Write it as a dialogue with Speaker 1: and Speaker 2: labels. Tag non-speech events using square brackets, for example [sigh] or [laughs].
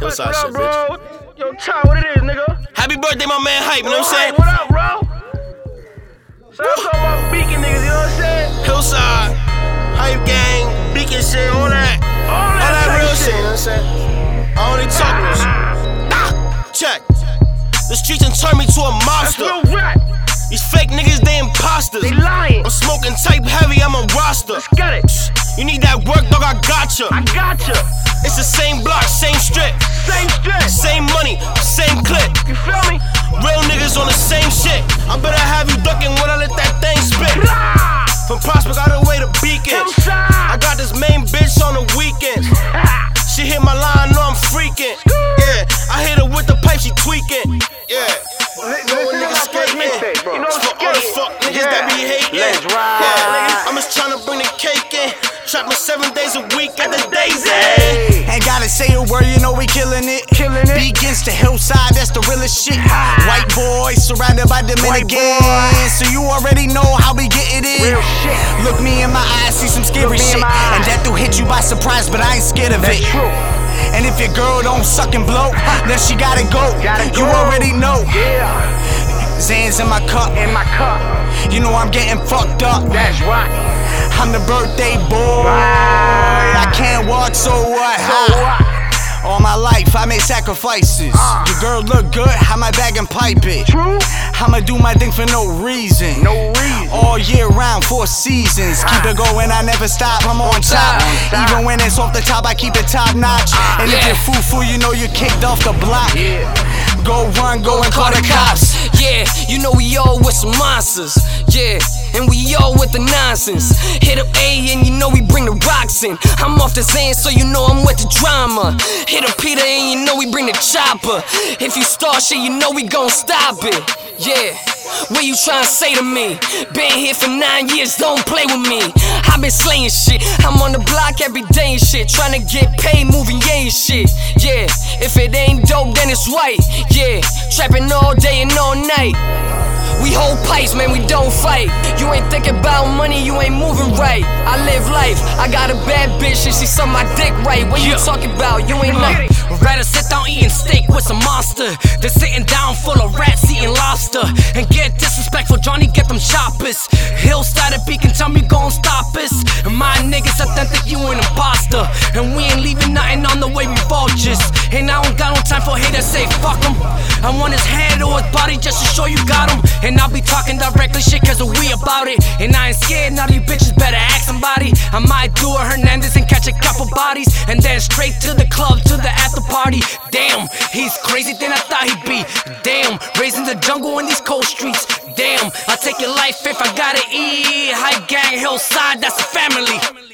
Speaker 1: What's up,
Speaker 2: what
Speaker 1: shit,
Speaker 2: up,
Speaker 1: bitch?
Speaker 2: bro? Yo, Ty, what it is, nigga?
Speaker 3: Happy birthday, my man Hype, you know what I'm
Speaker 2: Hey,
Speaker 3: saying?
Speaker 2: what up, bro? Shout out to all my beacon niggas, you know what I'm saying?
Speaker 3: Hillside, Hype Gang, Beacon shit, all that.
Speaker 2: All
Speaker 3: All
Speaker 2: that,
Speaker 3: that
Speaker 2: type
Speaker 3: real shit,
Speaker 2: shit.
Speaker 3: you know what I'm saying? I only talk real shit. Ah, Check. The streets done turned me to a
Speaker 2: That's
Speaker 3: monster.
Speaker 2: real rap.
Speaker 3: These fake niggas, they imposters.
Speaker 2: They lying.
Speaker 3: I'm smoking type heavy, I'm a roster.
Speaker 2: Let's get it.
Speaker 3: You need that work, dog, I gotcha.
Speaker 2: I gotcha.
Speaker 3: It's the same block, same strip,
Speaker 2: Same stress.
Speaker 3: same money, same clip.
Speaker 2: You feel me?
Speaker 3: Real niggas on the same shit. I better have you ducking when I let that thing spit.
Speaker 2: Blah!
Speaker 3: From Prospect all the way to Beacon. I
Speaker 2: Hillside.
Speaker 3: got this main bitch on the weekends.
Speaker 2: Ha!
Speaker 3: She hit my line, know I'm freaking. Yeah, I hit her with the pipe, she tweaking. Yeah.
Speaker 2: Listen to my
Speaker 3: Niggas
Speaker 2: first
Speaker 3: skating.
Speaker 2: mixtape, bro. You know
Speaker 3: It's
Speaker 2: I'm
Speaker 3: for all the fuck
Speaker 2: skating.
Speaker 3: niggas that be hating.
Speaker 2: Let's ride.
Speaker 3: Yeah, I'm just tryna bring the cake in. Trapping seven days a week at the daisy.
Speaker 4: Ain't gotta say a word, you know we killing it.
Speaker 2: Killing it.
Speaker 4: Begins to hillside, that's the realest shit. White boys surrounded by Dominicans, so you already know how we get it in.
Speaker 2: [laughs] Real shit.
Speaker 4: Look me in my eyes, see some
Speaker 2: Look
Speaker 4: scary
Speaker 2: me in
Speaker 4: shit,
Speaker 2: my eyes.
Speaker 4: and that do hit you by surprise, but I ain't scared of
Speaker 2: That's
Speaker 4: it.
Speaker 2: true.
Speaker 4: And if your girl don't suck and blow, then she gotta go.
Speaker 2: Gotta
Speaker 4: You
Speaker 2: go.
Speaker 4: already know.
Speaker 2: Yeah.
Speaker 4: Zans in my cup,
Speaker 2: In my cup.
Speaker 4: you know I'm getting fucked up.
Speaker 2: That's right.
Speaker 4: I'm the birthday boy. I can't walk, so what?
Speaker 2: So what?
Speaker 4: All my life, I made sacrifices.
Speaker 2: Ah.
Speaker 4: Your girl look good, I might bag and pipe it.
Speaker 2: True?
Speaker 4: I'ma do my thing for no reason.
Speaker 2: No reason. Uh.
Speaker 4: All year round, four seasons. Keep it going, I never stop. I'm on top.
Speaker 2: top, top.
Speaker 4: Even when it's off the top, I keep it top notch. And if
Speaker 5: yeah.
Speaker 4: you're foo foo, you know you kicked off the block.
Speaker 2: Uh, Yeah.
Speaker 4: Go run, go and call the cops.
Speaker 5: Yeah, you know we all with some monsters. Yeah, and we all with the nonsense. Hit up A and you know we bring the rocks in. I'm off the Zan, so you know I'm with the drama. Hit up Peter and you know we bring the chopper. If you start shit, you know we gon' stop it. Yeah, what you tryna say to me? Been here for nine years, don't play with me. i been slaying shit. I'm on the block every day and shit. Tryna get paid, moving yay and shit. Yeah, if it ain't dope, then it's white. Yeah, trapping all day and all night. We hold pipes, man, we don't fight. You ain't thinking about money, you ain't moving right. I live life, I got a bad bitch and she suck my dick right. What you talking about? You ain't like.
Speaker 6: Rather sit down eating steak with some monster than sitting down full of rats eating lobster. And get disrespectful, Johnny, get them choppers. Hillside and Beacon, tell me gon' stop us. And my niggas, I think that you an imposter. And we ain't leaving nothing on the way we vultures. And I don't got no time for haters, say fuck 'em. I want his head or his body just to show you got him. And I'll be talking directly shit, cause we about it. And I ain't scared, none of you bitches better ask somebody. I might do a Hernandez and catch a couple bodies. And then straight to the club, to the after party. Damn, he's crazy than I thought he'd be. Damn, raising the jungle in these cold streets. Damn, I'll take your life if I gotta eat. High gang, hillside, that's a family.